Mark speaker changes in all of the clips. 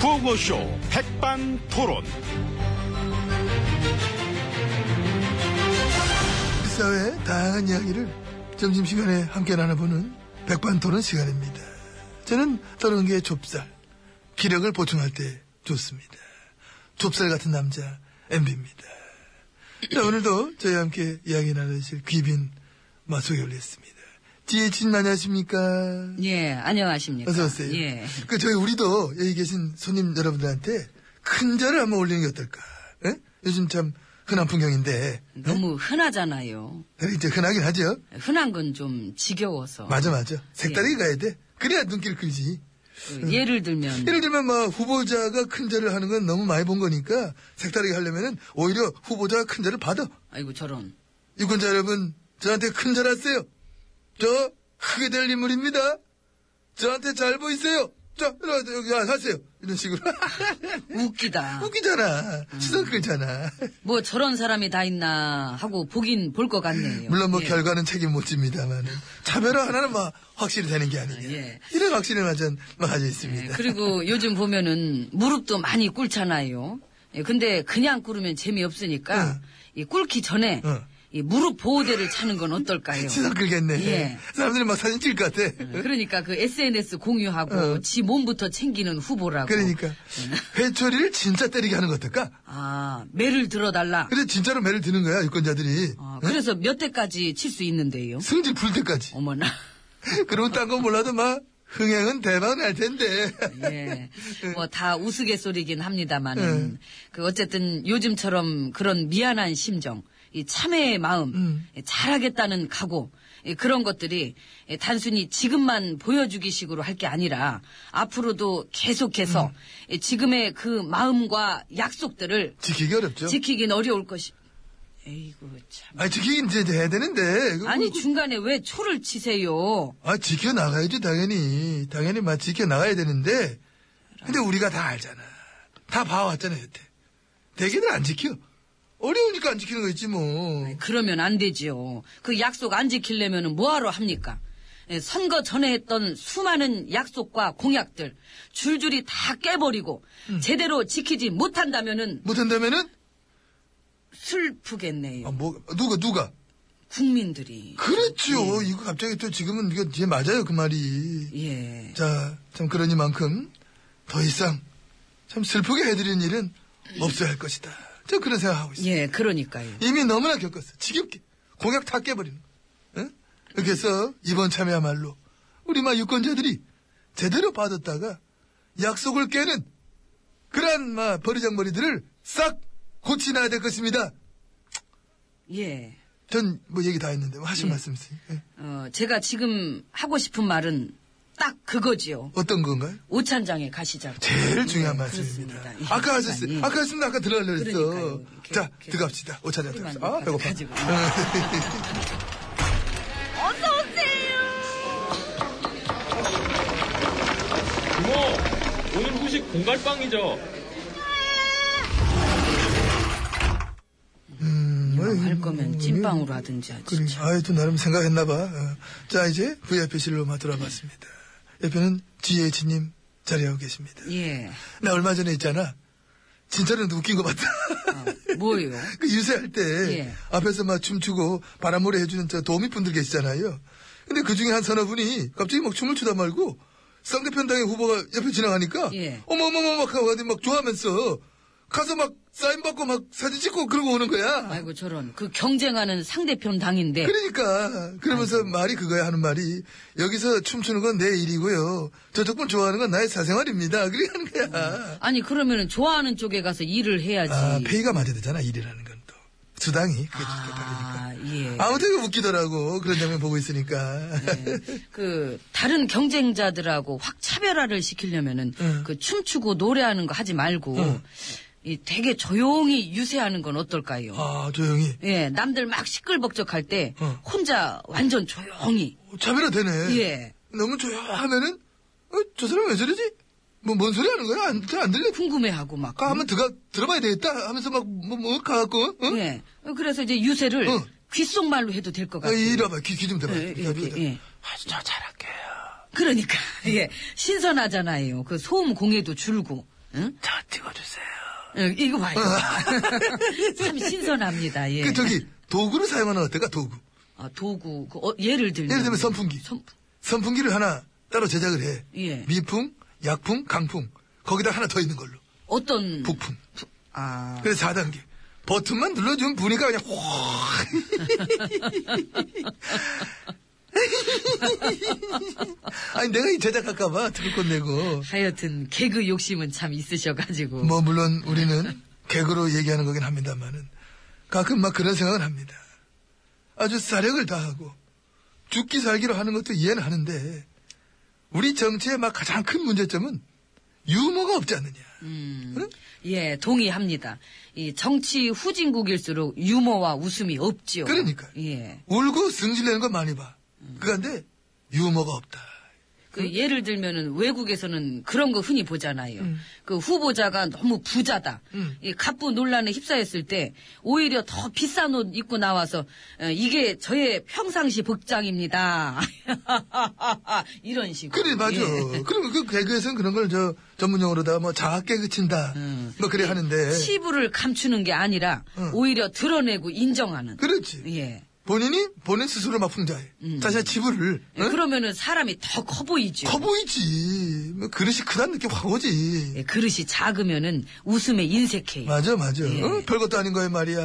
Speaker 1: 구호쇼 백반토론.
Speaker 2: 사회의 다양한 이야기를 점심시간에 함께 나눠보는 백반토론 시간입니다. 저는 떠는게 좁쌀, 기력을 보충할 때 좋습니다. 좁쌀 같은 남자 MB입니다. 자, 오늘도 저희와 함께 이야기 나누실 귀빈 마소개 올렸습니다. 지혜진 안녕하십니까?
Speaker 3: 예, 안녕하십니까.
Speaker 2: 어서오세요.
Speaker 3: 예.
Speaker 2: 그, 저희 우리도 여기 계신 손님 여러분들한테 큰 절을 한번 올리는 게 어떨까? 예? 요즘 참 흔한 풍경인데. 예?
Speaker 3: 너무 흔하잖아요.
Speaker 2: 이제 흔하긴 하죠.
Speaker 3: 흔한 건 좀 지겨워서.
Speaker 2: 맞아 맞아 색다르게
Speaker 3: 예.
Speaker 2: 가야 돼 그래야 눈길 끌지
Speaker 3: 그 예를 들면
Speaker 2: 예를 들면 뭐 후보자가 큰 자를 하는 건 너무 많이 본 거니까 색다르게 하려면은 오히려 후보자가 큰 자를 받아
Speaker 3: 아이고 저런.
Speaker 2: 유권자 여러분 저한테 큰 자랐어요 저 크게 될 인물입니다 저한테 잘 보이세요 자 일어나서 여기 와서 하세요 이런 식으로
Speaker 3: 웃기다.
Speaker 2: 웃기잖아 시선 끌잖아
Speaker 3: 뭐 저런 사람이 다 있나 하고 보긴 볼 것 같네요.
Speaker 2: 물론 뭐
Speaker 3: 예.
Speaker 2: 결과는 책임 못 집니다만 차별화 하나는 막 확실히 되는 게 아니냐
Speaker 3: 아, 예.
Speaker 2: 이런 확신을 가져 가져
Speaker 3: 예,
Speaker 2: 있습니다
Speaker 3: 그리고 요즘 보면은 무릎도 많이 꿇잖아요. 예, 근데 그냥 꿇으면 재미없으니까
Speaker 2: 응.
Speaker 3: 이 꿇기 전에
Speaker 2: 응.
Speaker 3: 이 무릎 보호대를 차는 건 어떨까요?
Speaker 2: 시선 끌겠네.
Speaker 3: 예.
Speaker 2: 사람들이 막 사진 찍을 것 같아.
Speaker 3: 그러니까 그 SNS 공유하고
Speaker 2: 어.
Speaker 3: 지 몸부터 챙기는 후보라고. 예.
Speaker 2: 그러니까.
Speaker 3: 네.
Speaker 2: 회초리를 진짜 때리게 하는 것 어떨까?
Speaker 3: 아, 매를 들어달라.
Speaker 2: 그래서 진짜로 매를 드는 거야, 유권자들이.
Speaker 3: 아, 그래서 몇 대까지 칠 수 있는데요?
Speaker 2: 승질 불 때까지.
Speaker 3: 어머나.
Speaker 2: 그러면 딴 건 몰라도 막 흥행은 대박 날 텐데.
Speaker 3: 예. 뭐 다 우스갯소리긴 합니다만은 그 어쨌든 요즘처럼 그런 미안한 심정, 이 참회의 마음,
Speaker 2: 음.
Speaker 3: 예, 잘하겠다는 각오 예, 그런 것들이 예, 단순히 지금만 보여주기식으로 할 게 아니라 앞으로도 계속해서 예, 지금의 그 마음과 약속들을
Speaker 2: 지키기 어렵죠.
Speaker 3: 지키긴 어려울 것이. 에이구 참.
Speaker 2: 아니, 지키긴 이제 이제 해야 되는데. 이거
Speaker 3: 아니
Speaker 2: 뭐-
Speaker 3: 중간에 왜 초를 치세요?
Speaker 2: 아, 지켜나가야죠, 당연히. 당연히 막 지켜나가야 되는데. 근데 우리가 다 알잖아. 다 봐왔잖아, 여태. 대개는 안 지켜. 어려우니까 안 지키는 거 있지, 뭐.
Speaker 3: 그러면 안 되지요. 그 약속 안 지키려면 뭐하러 합니까? 예, 선거 전에 했던 수많은 약속과 공약들 줄줄이 다 깨버리고
Speaker 2: 음.
Speaker 3: 제대로 지키지 못한다면은
Speaker 2: 못한다면은
Speaker 3: 슬프겠네요.
Speaker 2: 아, 뭐, 누가, 누가?
Speaker 3: 국민들이
Speaker 2: 그렇죠. 이거 갑자기 또 지금은 이거 이제 맞아요. 그 말이.
Speaker 3: 예
Speaker 2: 자, 참 그러니만큼 더 이상 참 슬프게 해드리는 일은 없어야 할 것이다. 저 그런 생각하고 있어요.
Speaker 3: 예, 그러니까요.
Speaker 2: 이미 너무나 겪었어. 지겹게. 공약 다 깨버리는 거. 응? 그래서 이번 참여야말로 우리 막 유권자들이 제대로 받았다가 약속을 깨는 그러한 막 버리장머리들을 싹 고치놔야 될 것입니다.
Speaker 3: 예.
Speaker 2: 전 뭐 얘기 다 했는데 뭐 하실 말씀 있어요? 예.
Speaker 3: 어, 제가 지금 하고 싶은 말은 딱 그거지요.
Speaker 2: 어떤 건가요?
Speaker 3: 오찬장에 가시자고.
Speaker 2: 제일 중요한
Speaker 3: 예,
Speaker 2: 말씀입니다.
Speaker 3: 그렇습니다. 예,
Speaker 2: 아까 하셨어요.
Speaker 3: 예.
Speaker 2: 아까 했습니다. 아까 들어가려고 했어.
Speaker 3: 그러니까요. 이렇게,
Speaker 2: 자,
Speaker 3: 이렇게.
Speaker 2: 들어갑시다. 오차장 들어갑시다. 아,
Speaker 3: 가지-
Speaker 2: 배고파. 어.
Speaker 3: 가지고.
Speaker 4: 이모, 뭐, 오늘 후식 공갈빵이죠?
Speaker 2: 어이,
Speaker 3: 할 거면 찐빵으로 하든지 하지.
Speaker 2: 그래.
Speaker 3: 참.
Speaker 2: 아이, 또 나름 생각했나봐. 어. 자, 이제 VIP실로 들어봤습니다. 옆에는 지혜진님 자리하고 계십니다.
Speaker 3: 예.
Speaker 2: 나 얼마 전에 있잖아. 진짜로 웃긴 거 봤다.
Speaker 3: 어, 뭐예요?
Speaker 2: 그 유세할 때
Speaker 3: 예.
Speaker 2: 앞에서 막 춤추고 바람몰래 해주는 저 도우미분들 계시잖아요. 근데 그 중에 한 서너 분이 갑자기 막 춤을 추다 말고 상대편 당의 후보가 옆에 지나가니까
Speaker 3: 예.
Speaker 2: 어머머머 막 하고 어디 막 좋아하면서 가서 막 사인 받고 막 사진 찍고 그러고 오는 거야.
Speaker 3: 아이고 예. 저런 그 경쟁하는 상대편 당인데
Speaker 2: 그러니까 그러면서 말이 그거야 하는 말이 여기서 춤추는 건 내 일이고요. 저쪽 분 좋아하는 건 나의 사생활입니다. 그래 하는 거야.
Speaker 3: 아니 그러면은 좋아하는 쪽에 가서 일을 해야지
Speaker 2: 아, 페이가 맞아야 되잖아 일이라는 건 또. 수당이 그게 아, 다르니까.
Speaker 3: 예. 아, 예.
Speaker 2: 아무튼 이거 웃기더라고 그런 장면 보고 있으니까
Speaker 3: 예. 그 다른 경쟁자들하고 확 차별화를 시키려면은
Speaker 2: 응.
Speaker 3: 그 춤추고 노래하는 거 하지 말고
Speaker 2: 응.
Speaker 3: 이 되게 조용히 유세하는 건 어떨까요?
Speaker 2: 아 조용히
Speaker 3: 예, 남들 막 시끌벅적할 때
Speaker 2: 응.
Speaker 3: 혼자 완전 조용히
Speaker 2: 차별화 되네
Speaker 3: 예.
Speaker 2: 너무 조용하면은 어, 저 사람 왜 저러지? 뭐 뭔 소리 하는 거야? 안, 잘안 들려
Speaker 3: 궁금해하고 막
Speaker 2: 아까 한번 들어가, 들어봐야 되겠다 하면서 막뭐 가갖고 어? 응?
Speaker 3: 예. 그래서 이제 유세를
Speaker 2: 응.
Speaker 3: 귓속말로 해도 될 것
Speaker 2: 아,
Speaker 3: 같아요.
Speaker 2: 이리와봐 귀 좀 대봐
Speaker 3: 예, 예, 예, 예.
Speaker 2: 아주 저 잘할게요
Speaker 3: 그러니까 예 신선하잖아요. 그 소음 공해도 줄고 응?
Speaker 2: 저 찍어주세요. 어.
Speaker 3: 응, 이거 봐요. 참 신선합니다. 예.
Speaker 2: 그 저기 도구를 사용하는 어때가 도구.
Speaker 3: 아, 도구 그, 어, 예를 들면
Speaker 2: 예를 들면 선풍기.
Speaker 3: 선풍-
Speaker 2: 선풍기를 하나 따로 제작을 해.
Speaker 3: 예.
Speaker 2: 미풍, 약풍, 강풍. 거기다 하나 더 있는 걸로.
Speaker 3: 음. 어떤
Speaker 2: 북풍.
Speaker 3: 아
Speaker 2: 그래서 4단계. 버튼만 눌러주면 부니까 그냥 확. 아니 내가 이 제작할까봐 들을 건 내고.
Speaker 3: 하여튼 개그 욕심은 참 있으셔가지고
Speaker 2: 뭐 물론 우리는 개그로 얘기하는 거긴 합니다만은 가끔 막 그런 생각을 합니다. 아주 사력을 다하고 죽기 살기로 하는 것도 이해는 하는데 우리 정치의 막 가장 큰 문제점은 유머가 없지 않느냐. 응?
Speaker 3: 예 동의합니다. 이 정치 후진국일수록 유머와 웃음이 없지요.
Speaker 2: 그러니까요.
Speaker 3: 예.
Speaker 2: 울고 승질내는 거 많이 봐.
Speaker 3: 음.
Speaker 2: 그런데 유머가 없다.
Speaker 3: 그 예를 들면은 외국에서는 그런 거 흔히 보잖아요. 그 후보자가 너무 부자다.
Speaker 2: 음.
Speaker 3: 이 갑부 논란에 휩싸였을 때 오히려 더 비싼 옷 입고 나와서 어, 이게 저의 평상시 복장입니다. 이런 식으로.
Speaker 2: 그래 맞아.
Speaker 3: 예.
Speaker 2: 그러면 그 개그에서는 그런 걸 저 전문용어로 다 뭐 자학 개그친다.
Speaker 3: 음.
Speaker 2: 뭐 그래 하는데.
Speaker 3: 치부를 감추는 게 아니라
Speaker 2: 응.
Speaker 3: 오히려 드러내고 인정하는.
Speaker 2: 그렇지.
Speaker 3: 예. 음.
Speaker 2: 본인이 본인 스스로 막 풍자해. 자신의 지불을.
Speaker 3: 예, 그렇죠. 그러면은 사람이 더 커 보이죠.
Speaker 2: 커 보이지. 뭐 그릇이 크다는 느낌 확 오지.
Speaker 3: 예, 그릇이 작으면은 웃음에 인색해. 요
Speaker 2: 맞아, 맞아.
Speaker 3: 예.
Speaker 2: 어? 별것도 아닌 거야, 말이야.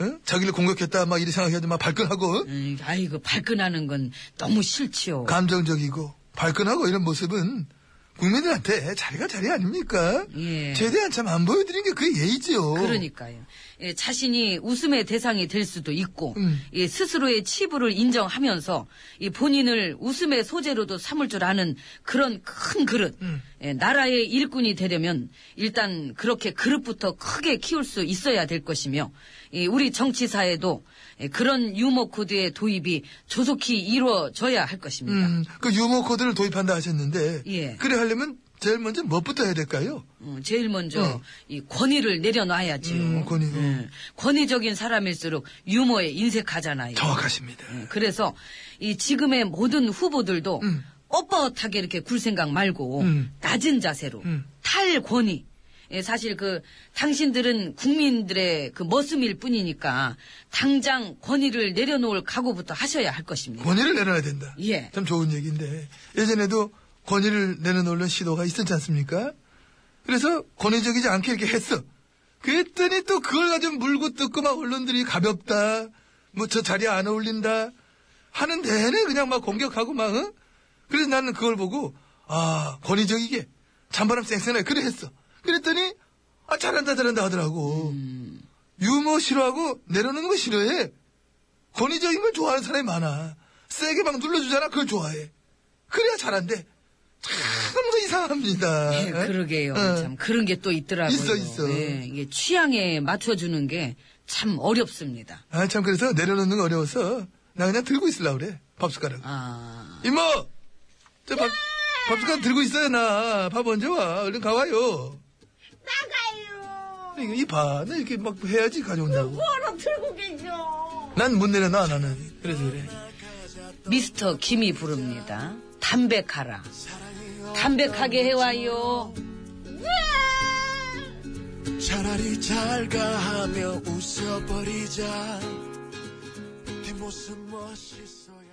Speaker 2: 어? 자기를 공격했다, 막 이리 생각해도 막 발끈하고, 어?
Speaker 3: 음, 아이고 발끈하는 건 너무 싫지요.
Speaker 2: 감정적이고, 발끈하고 이런 모습은 국민들한테 자리가 자리 아닙니까?
Speaker 3: 예.
Speaker 2: 최대한 참 안 보여드린 게 그게 예의지요.
Speaker 3: 그러니까요. 예, 자신이 웃음의 대상이 될 수도 있고
Speaker 2: 음.
Speaker 3: 예, 스스로의 치부를 인정하면서 이 본인을 웃음의 소재로도 삼을 줄 아는 그런 큰 그릇
Speaker 2: 음.
Speaker 3: 예, 나라의 일꾼이 되려면 일단 그렇게 그릇부터 크게 키울 수 있어야 될 것이며 이 우리 정치사에도 예, 그런 유머 코드의 도입이 조속히 이루어져야 할 것입니다.
Speaker 2: 음, 그 유머 코드를 도입한다 하셨는데,
Speaker 3: 예.
Speaker 2: 그래 하려면 제일 먼저 무엇부터 해야 될까요?
Speaker 3: 음, 제일 먼저
Speaker 2: 어.
Speaker 3: 이 권위를 내려놔야지요.
Speaker 2: 음, 권위.
Speaker 3: 예, 권위적인 사람일수록 유머에 인색하잖아요.
Speaker 2: 정확하십니다.
Speaker 3: 예, 그래서 이 지금의 모든 후보들도
Speaker 2: 음.
Speaker 3: 뻣뻣하게 이렇게 굴 생각 말고
Speaker 2: 음.
Speaker 3: 낮은 자세로
Speaker 2: 음.
Speaker 3: 탈권위. 예, 사실 그 당신들은 국민들의 그 머슴일 뿐이니까 당장 권위를 내려놓을 각오부터 하셔야 할 것입니다.
Speaker 2: 권위를 내려놔야 된다.
Speaker 3: 예.
Speaker 2: 참 좋은 얘기인데 예전에도 권위를 내려놓는 시도가 있었지 않습니까? 그래서 권위적이지 않게 이렇게 했어. 그랬더니 또 그걸 가지고 물고 뜯고 막 언론들이 가볍다. 뭐 저 자리에 안 어울린다. 하는 내내 그냥 막 공격하고 막 어? 그래서 나는 그걸 보고 아 권위적이게 찬바람 쌩쌩하게 그래 했어. 그랬더니 아 잘한다 잘한다 하더라고. 유머 싫어하고 내려놓는 거 싫어해. 권위적인 걸 좋아하는 사람이 많아. 세게 막 눌러주잖아. 그걸 좋아해. 그래야 잘한대. 참 이상합니다.
Speaker 3: 예, 그러게요.
Speaker 2: 어.
Speaker 3: 참 그런 게 또 있더라고요.
Speaker 2: 있어, 있어.
Speaker 3: 예, 이게 취향에 맞춰주는 게 참 어렵습니다.
Speaker 2: 아, 참, 그래서 내려놓는 거 어려워서 나 그냥 들고 있으려고 그래. 밥숟가락.
Speaker 3: 아,
Speaker 2: 이모! 저 밥, 밥숟가락 들고 있어요, 나. 밥 언제 와? 얼른 가와요. 나가요. 이봐. 나 이렇게 막 해야지 가져온다고.
Speaker 5: 뭐하러 들고 계셔?
Speaker 2: 난 못 내려놔, 나는. 그래서 그래.
Speaker 3: 미스터 김이 부릅니다. 담백하라. 담백하게 해와요.
Speaker 6: 차라리 잘가 하며 웃어버리자 네 모습 멋있어야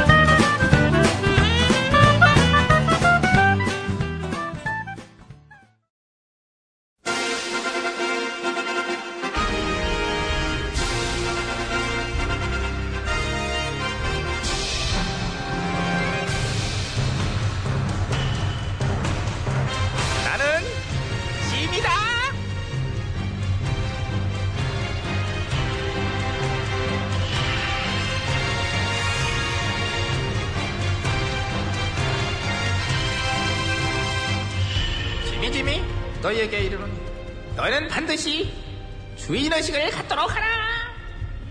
Speaker 4: 아,
Speaker 7: 너희에게 이르노니 너는 반드시 주인의식을 갖도록 하라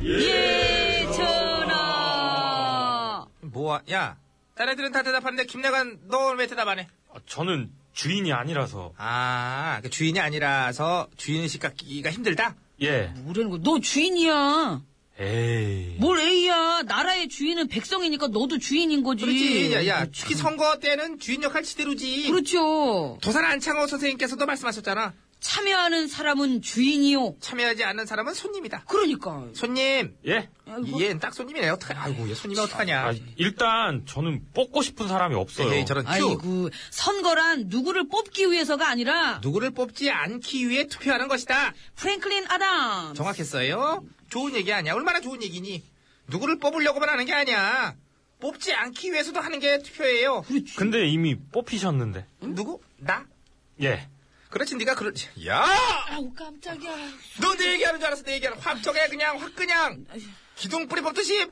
Speaker 3: 예, 전하.
Speaker 7: 뭐야 야 다른 애들은 다 대답하는데 김내관 너 왜 대답 안해
Speaker 4: 저는 주인이 아니라서.
Speaker 7: 아, 그 주인이 아니라서 주인의식 갖기가 힘들다?
Speaker 4: 예.
Speaker 3: 뭐라는 거야? 너 주인이야.
Speaker 4: 에이.
Speaker 3: 뭘 A야. 나라의 주인은 백성이니까 너도 주인인 거지. 음.
Speaker 7: 그렇지. 음. 야, 야, 특히 선거 때는 주인 역할 지대로지.
Speaker 3: 그렇죠.
Speaker 7: 도산 안창호 선생님께서도 말씀하셨잖아.
Speaker 3: 참여하는 사람은 주인이요.
Speaker 7: 참여하지 않는 사람은 손님이다.
Speaker 3: 그러니까.
Speaker 7: 손님.
Speaker 4: 예.
Speaker 3: 아이고.
Speaker 7: 얘는 딱 손님이네. 어떡하, 아이고, 얘 손님이 어떡하냐.
Speaker 4: 아, 일단 저는 뽑고 싶은 사람이 없어요.
Speaker 7: 에이, 저런 큐.
Speaker 3: 아이고, 선거란 누구를 뽑기 위해서가 아니라
Speaker 7: 누구를 뽑지 않기 위해 투표하는 것이다.
Speaker 3: 프랭클린 아담.
Speaker 7: 정확했어요? 좋은 얘기 아니야. 얼마나 좋은 얘기니. 누구를 뽑으려고만 하는 게 아니야. 뽑지 않기 위해서도 하는 게 투표예요.
Speaker 4: 근데 이미 뽑히셨는데.
Speaker 7: 누구? 나?
Speaker 4: 예.
Speaker 7: 그렇지, 네가 그럴. 야!
Speaker 3: 아우, 깜짝이야.
Speaker 7: 너 내 얘기하는 줄 알았어, 내 얘기하는. 확 저게 그냥, 확 그냥. 기둥 뿌리 뽑듯이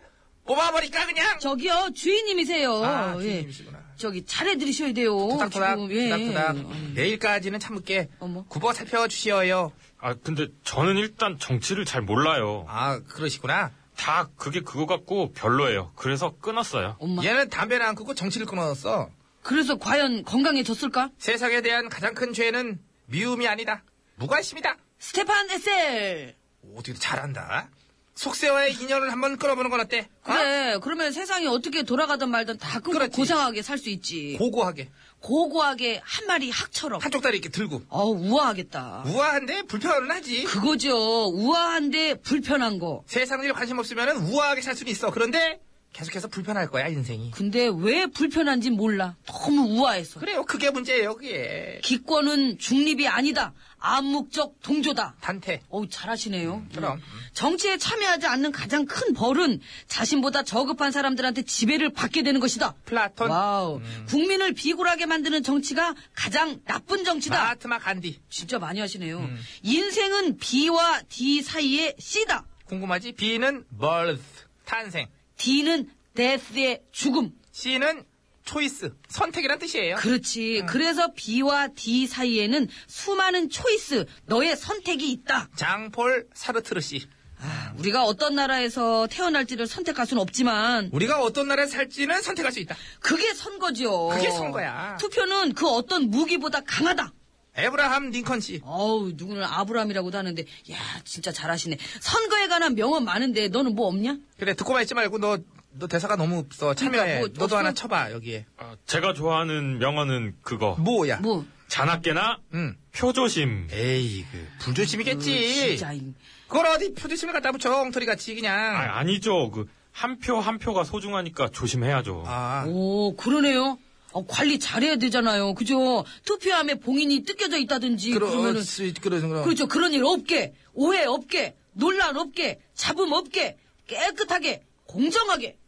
Speaker 7: 뽑아버릴까, 그냥.
Speaker 3: 저기요, 주인님이세요.
Speaker 7: 아,
Speaker 3: 예.
Speaker 7: 주인님이시구나.
Speaker 3: 저기 잘해드리셔야 돼요.
Speaker 7: 토닥토닥,
Speaker 3: 지금, 예.
Speaker 7: 토닥토닥. 내일까지는 참을게.
Speaker 3: 어머.
Speaker 7: 굽어 살펴주시어요.
Speaker 4: 아, 근데 저는 일단 정치를 잘 몰라요.
Speaker 7: 아, 그러시구나.
Speaker 4: 다 그게 그거 같고 별로예요. 그래서 끊었어요.
Speaker 3: 엄마.
Speaker 7: 얘는 담배를 안 끊고 정치를 끊어놨어.
Speaker 3: 그래서 과연 건강해졌을까?
Speaker 7: 세상에 대한 가장 큰 죄는 미움이 아니다. 무관심이다.
Speaker 3: 스테판 에셀.
Speaker 7: 어떻게 잘한다. 속세와의 인연을 한번 끌어보는 건 어때? 어?
Speaker 3: 그래, 그러면 세상이 어떻게 돌아가든 말든 다 끊고
Speaker 7: 그렇지.
Speaker 3: 고상하게 살 수 있지.
Speaker 7: 고고하게.
Speaker 3: 고고하게 한 마리 학처럼.
Speaker 7: 한쪽 다리 이렇게 들고.
Speaker 3: 어우, 우아하겠다.
Speaker 7: 우아한데 불편은 하지.
Speaker 3: 그거죠. 우아한데 불편한 거.
Speaker 7: 세상 일 관심 없으면 우아하게 살 수는 있어. 그런데 계속해서 불편할 거야, 인생이.
Speaker 3: 근데 왜 불편한지 몰라. 너무 우아해서.
Speaker 7: 그래요, 그게 문제예요, 그게.
Speaker 3: 기권은 중립이 아니다. 암묵적 동조다.
Speaker 7: 단태.
Speaker 3: 어우, 잘하시네요.
Speaker 7: 그럼.
Speaker 3: 정치에 참여하지 않는 가장 큰 벌은 자신보다 저급한 사람들한테 지배를 받게 되는 것이다.
Speaker 7: 플라톤. 음.
Speaker 3: 와우. 국민을 비굴하게 만드는 정치가 가장 나쁜 정치다.
Speaker 7: 마하트마 간디.
Speaker 3: 진짜 많이 하시네요.
Speaker 7: 음.
Speaker 3: 인생은 B와 D 사이의 C다.
Speaker 7: 궁금하지? B는 birth. 탄생.
Speaker 3: D는 death의 죽음.
Speaker 7: C는 choice. 선택이란 뜻이에요. 음.
Speaker 3: 그렇지. 그래서 B와 D 사이에는 수많은 초이스, 너의 선택이 있다.
Speaker 7: 장폴 사르트르 씨.
Speaker 3: 아, 우리가 어떤 나라에서 태어날지를 선택할 수는 없지만
Speaker 7: 우리가 어떤 나라에 살지는 선택할 수 있다.
Speaker 3: 그게 선거죠.
Speaker 7: 그게 선거야.
Speaker 3: 투표는 그 어떤 무기보다 강하다.
Speaker 7: 에브라함 링컨 씨.
Speaker 3: 어우, 누구는 아브람이라고도 하는데, 야, 진짜 잘하시네. 선거에 관한 명언 많은데, 너는 뭐 없냐?
Speaker 7: 그래, 듣고만 있지 말고 너, 너 대사가 너무 없어. 참여해.
Speaker 3: 그러니까 뭐
Speaker 7: 너도
Speaker 3: 없어?
Speaker 7: 하나 쳐봐, 여기에.
Speaker 4: 아, 제가 좋아하는 명언은 그거.
Speaker 7: 뭐야?
Speaker 3: 뭐,
Speaker 4: 자나깨나
Speaker 7: 응.
Speaker 4: 표조심.
Speaker 7: 에이, 그, 불조심이겠지.
Speaker 3: 어, 뭐, 진짜. 이-
Speaker 7: 그걸 어디 표조심을 갖다 붙여, 엉터리 같이, 그냥.
Speaker 4: 아, 니죠 그 한 표 한 표가 소중하니까 조심해야죠.
Speaker 7: 아,
Speaker 3: 오, 그러네요. 어, 관리 잘해야 되잖아요. 그죠? 투표함에 봉인이 뜯겨져 있다든지,
Speaker 7: 그럴
Speaker 3: 그러면은.
Speaker 7: 수 있, 그러, 그러.
Speaker 3: 그렇죠. 그런 일 없게, 오해 없게, 논란 없게, 잡음 없게, 깨끗하게, 공정하게.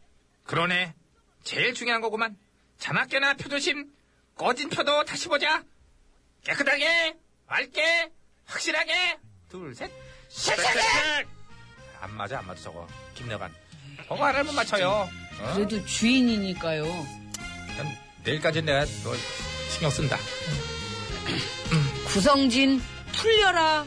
Speaker 7: 그러네. 제일 중요한 거구만. 자나깨나 표조심, 꺼진 표도 다시 보자. 깨끗하게, 맑게, 확실하게. 둘, 셋. 실책안 맞아, 안 맞아, 저거. 김내관. 저거 하나를 못 맞춰요. 어?
Speaker 3: 그래도 주인이니까요.
Speaker 7: 일단 내일까지는 내가 너 신경 쓴다.
Speaker 3: 구성진, 풀려라,